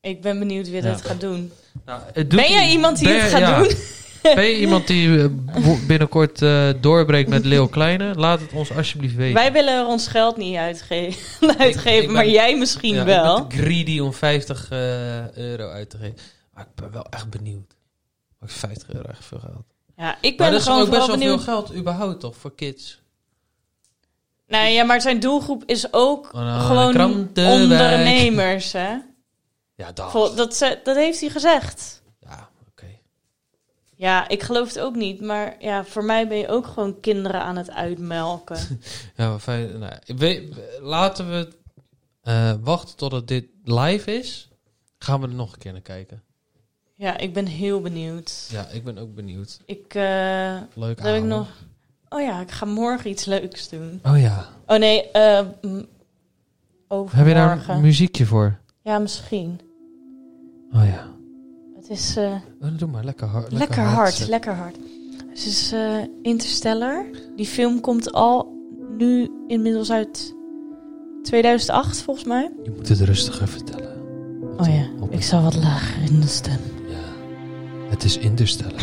ik ben benieuwd wie dat
Ja.
gaat doen. ben jij iemand die het gaat doen?
<laughs> Ben je iemand die eh, bo- binnenkort eh, doorbreekt met Leo Kleine? Laat het ons alsjeblieft weten.
Wij willen er ons geld niet uitge <laughs>
ik
uitgeven,
ben-
maar jij misschien
Ja,
wel.
Ik ben te greedy om 50 eh, euro uit te geven. Maar ik ben wel echt benieuwd. Maar 50 euro echt veel geld.
ja, ik
maar
ben
dat is
gewoon
ook best
vooral
wel
benieuwd.
veel geld überhaupt toch voor kids.
Nou ja, maar zijn doelgroep is ook
Van, eh,
gewoon
krantenwijk.
ondernemers, hè?
Oh. Ja, dat.
Vol- Dat, ze- dat heeft hij gezegd.
Ja, oké.
Ja, ik geloof het ook niet. Maar ja, voor mij ben je ook gewoon kinderen aan het
<laughs>
uitmelken.
Ja, maar fijn. Nou, ik weet- laten we het, eh, wachten totdat dit live is. Gaan we er nog een keer naar kijken.
ja, ik ben heel benieuwd.
Ja, ik ben ook benieuwd.
Ik, eh
Leuk
wat heb ik
avond.
nog? Oh ja, ik ga morgen iets leuks doen.
Oh ja.
Oh nee, eh m- overmorgen.
Heb je daar een muziekje voor?
Ja, misschien.
Oh ja.
Het is eh,
Oh, doe maar, lekker hard.
lekker, hard, lekker hard. Het is eh, Interstellar. Die film komt al nu inmiddels uit 2008 volgens mij.
Je moet het rustiger vertellen.
Oh ja,
Op-
ik zal wat lager in de stem.
Ja, het is Interstellar.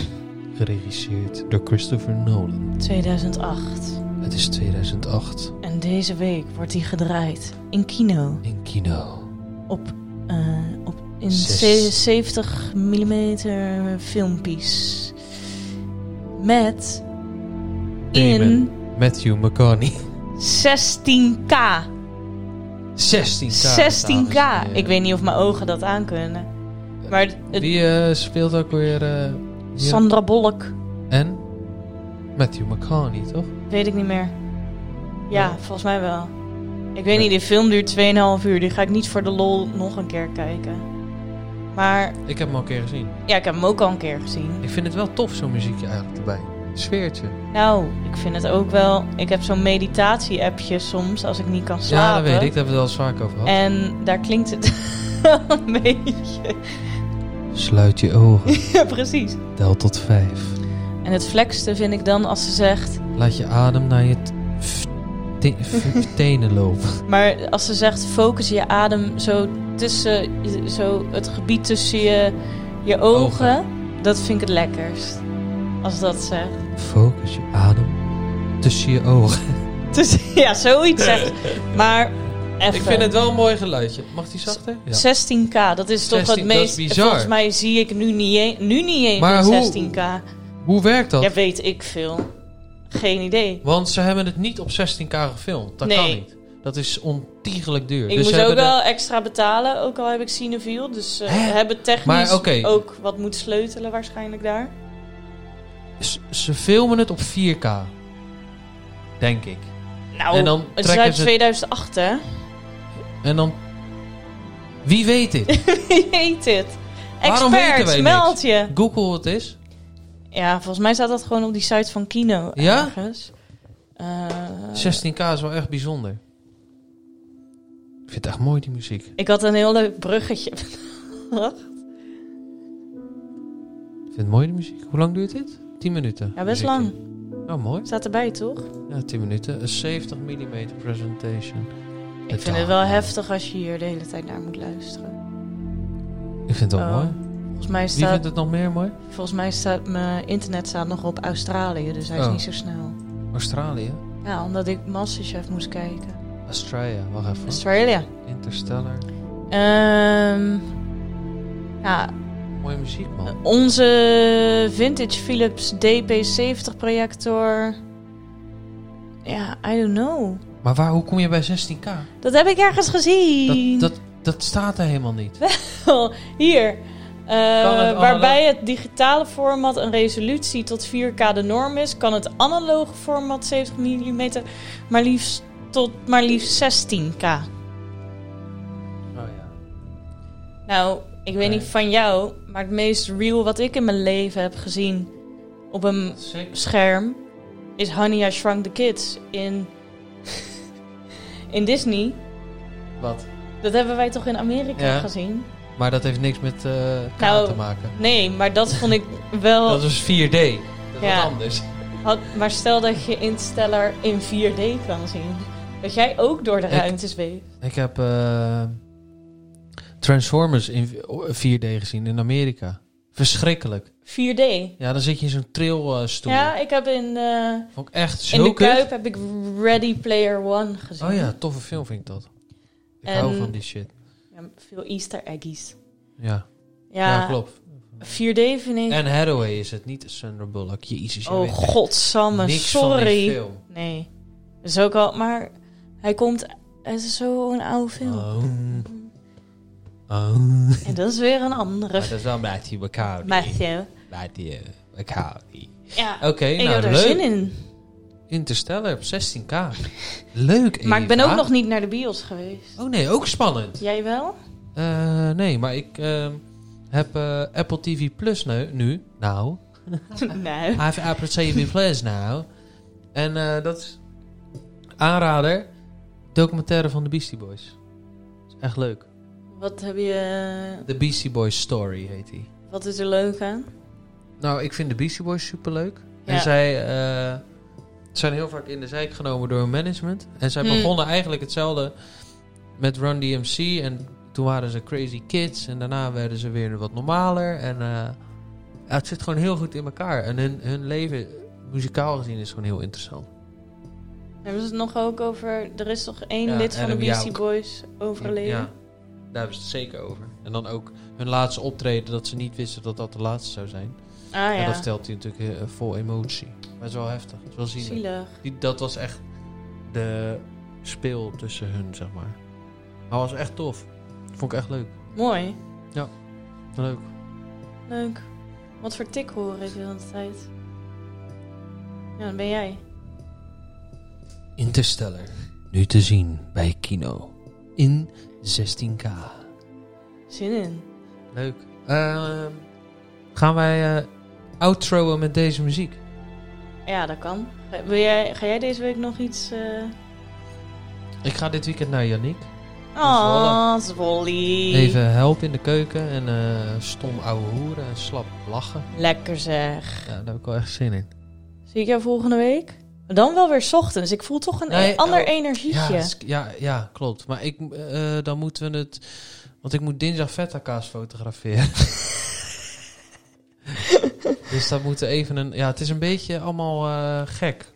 Geregisseerd door Christopher Nolan.
2008.
Het is 2008
En deze week wordt die gedraaid in kino
in kino.
op, eh, op in
Zes.
ze- 70 mm filmpies. Met in
Matthew McConaughey. <laughs>
16K.
16K.
16K. Ik weet niet of mijn ogen dat aankunnen. Maar het-
Wie eh, speelt ook weer... eh, hier?
Sandra Bullock,
En? Matthew McConaughey, toch?
weet ik niet meer. Ja, volgens mij wel. Ik weet niet, die film duurt 2,5 uur. Die ga ik niet voor de lol nog een keer kijken. Maar
Ik heb hem al een keer gezien.
ja, ik heb hem ook al een keer gezien.
Ik vind het wel tof, zo'n muziekje eigenlijk erbij. sfeertje.
Nou, ik vind het ook wel. Ik heb zo'n meditatie-appje soms als ik niet kan
Ja, dat
slapen.
weet ik. Daar hebben we het wel eens vaak over gehad.
En daar klinkt het <laughs> een beetje.
Sluit je
<laughs>
ogen.
Ja, precies.
Tel tot vijf.
En het flexste vind ik dan als ze zegt.
Laat je adem naar je t- f- te- f- tenen lopen.
Maar als ze zegt, focus je adem zo tussen. Zo het gebied tussen je, je ogen, Dat vind ik het lekkerst. Als dat zegt. <laughs>
Focus je adem tussen je ogen.
Dus ja, zoiets zegt. Maar even.
Ik vind het wel een mooi geluidje. Mag die zachter? Ja.
16k, dat is
16,
toch het
dat is
meest...
bizar.
Volgens mij zie ik nu niet, een- nu niet eens
Maar
een
hoe-
16k.
Hoe werkt dat?
Ja, weet ik veel. Geen idee.
Want ze hebben het niet op 16k gefilmd. Dat
Nee.
kan niet. Dat is ontiegelijk duur.
Ik
Dus ze
moest ook
hebben
wel extra betalen, ook al heb ik Cineviel. Dus eh,
Hè?
hebben technisch
Maar oké.
ook wat moet sleutelen waarschijnlijk daar.
de- s- ze filmen het op 4k. Denk ik.
Nou,
En dan
het is
trekken
uit
ze-
2008 hè?
En dan... Wie weet dit?
<laughs> Wie heet dit?
Waarom weten
Experts,
wij
meld je.
Google het
Oh,
is.
Ja, volgens mij staat dat gewoon op die site van Kino
Ja?
ergens. Eh,
16k is wel echt bijzonder. Ik vind het echt mooi, die muziek.
ik had een heel leuk bruggetje <laughs> bedacht.
Ik vind het mooi, de muziek. Hoe lang duurt dit? 10 minuten.
Ja, best
muziekje.
lang.
Nou, mooi.
Staat erbij, toch?
Ja, 10 minuten. Een 70 mm presentation.
Ik vind het wel heftig als je hier de hele tijd naar moet luisteren.
Ik vind het wel
Oh,
mooi.
Volgens mij
Wie
staat,
vindt het nog meer mooi?
volgens mij staat mijn internet staat nog op Australië, dus hij is
Oh.
niet zo snel.
Australië.
Ja, omdat ik Masterchef moest kijken.
Australia, wacht even.
Australia.
Interstellar.
Ehm, ja,
Mooie muziek, man.
onze vintage Philips DP70 projector. Ja, I don't know.
Maar waar, hoe kom je bij 16k?
Dat heb ik ergens gezien. Oh,
Dat, dat, dat staat er helemaal niet.
<laughs> Hier. Eh,
analoog-
waarbij het digitale format een resolutie tot 4K de norm is, kan het analoge format 70 mm maar liefst tot maar liefst 16K.
Oh ja.
Nou, ik weet
Oké.
niet van jou, maar het meest real wat ik in mijn leven heb gezien op een
Zeker.
scherm is Honey I Shrunk the Kids in, in Disney.
Wat?
Dat hebben wij toch in Amerika
Ja.
gezien?
Maar dat heeft niks met eh K
Nou,
te maken.
Nee, maar dat vond
<laughs>
ik wel.
Dat is 4D. Dat is
Ja.
wat anders.
Had- maar stel dat je Insteller in 4D kan zien. Dat jij ook door de
Ik-
ruimtes beeft.
Ik heb eh, Transformers in 4D gezien in Amerika. Verschrikkelijk.
4D.
Ja, dan zit je in zo'n trilstoel.
Ja, ik heb in, eh,
Vond ik echt zo
in de
kut.
Kuip heb ik Ready Player One gezien.
Oh ja, toffe film vind ik dat. Ik
En-
hou van die shit.
Ja, veel easter eggies.
Ja, ja.
Ja,
klopt.
4D vind ik...
En Hathaway is het, niet Sandra Bullock. Jezus, je
oh,
weet
godsamme,
niks van die
sorry.
film.
Nee. Dat is ook al... Maar hij komt... Het is zo'n oude film.
Oh. Oh.
En dat is weer een andere
Maar dat is wel Matthew McCauley.
Matthew.
Matthew McCauley.
Ja,
Oké,
ik
nou
heb er
leuk.
zin in.
Interstellar op 16k. Leuk,
Maar ik ben
Erika.
ook nog niet naar de bios geweest.
Oh nee, ook spannend.
Jij wel?
<laughs> Eh, nee, maar ik ehm, heb eh, Apple TV Plus nu. nu.
<laughs>
Nou,
nee.
I have Apple TV Plus nou. En eh, dat is aanrader. Documentaire van de Beastie Boys. Is echt leuk.
Wat heb je...
The Beastie Boys Story heet die.
Wat is er leuk aan?
Nou, ik vind de Beastie Boys superleuk. En
Ja.
zij eh, zijn heel vaak in de zijk genomen door hun management. En zij
Hmm.
begonnen eigenlijk hetzelfde met Run DMC. En toen waren ze crazy kids. En daarna werden ze weer wat normaler. En eh, ja, het zit gewoon heel goed in elkaar. En hun, hun leven, muzikaal gezien, is gewoon heel interessant.
Hebben ze het nog ook over... Er is toch één
Ja,
lid van de
Adam
Beastie
Jauk.
Boys overleden?
Ja, daar hebben ze het zeker over. En dan ook hun laatste optreden, dat ze niet wisten dat dat de laatste zou zijn.
Ah
En
ja,
dat vertelt hij natuurlijk eh, vol emotie. Maar het is wel heftig. Het is wel zielig.
zielig.
Die, dat was echt de speel tussen hun, zeg maar. Maar was echt tof. Vond ik echt leuk.
Mooi,
Leuk.
leuk. Wat voor tik hoor ik de hele tijd? Ja, dat ben jij.
Interstellar. Nu te zien bij Kino. In 16K.
Zin in.
Leuk. Ehm, gaan wij eh outroen met deze muziek?
Ja, dat kan. Eh, Wil jij, ga jij deze week nog iets... eh
Ik ga dit weekend naar Yannick.
Oh, Zwolly.
Even helpen in de keuken en eh, stom ouwe hoeren en slap lachen.
Lekker zeg.
Ja, daar heb ik wel echt zin in.
Zie ik jou volgende week? Dan wel weer 's ochtends. Ik voel toch een
Nee,
e- ander
oh, Ja,
energietje.
dat is- ja, ja, klopt. Maar ik, eh, dan moeten we het... Want ik moet dinsdag feta kaas fotograferen. <laughs> dus dat moeten even een... Ja, het is een beetje allemaal eh, gek.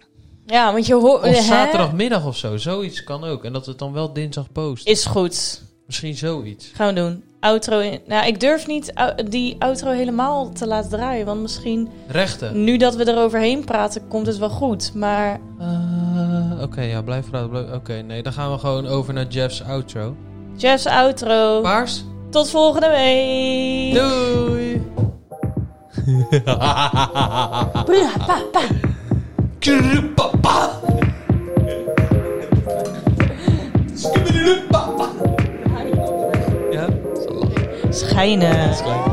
Ja, want je hoort...
Of zaterdagmiddag of zo. Zoiets kan ook. En dat het dan wel dinsdag post.
Is goed.
Misschien zoiets.
Gaan we doen. Outro in... Nou, ik durf niet ou- die outro helemaal te laten draaien. Want misschien,
Rechten.
nu dat we eroverheen praten, komt het wel goed. Maar
Eh, Oké, ja, blijf praten. blijf- Oké, nee, dan gaan we gewoon over naar Jeff's outro.
Jeff's outro.
Paars?
Tot volgende week.
Doei! Ja?
Schijnen.
Klein.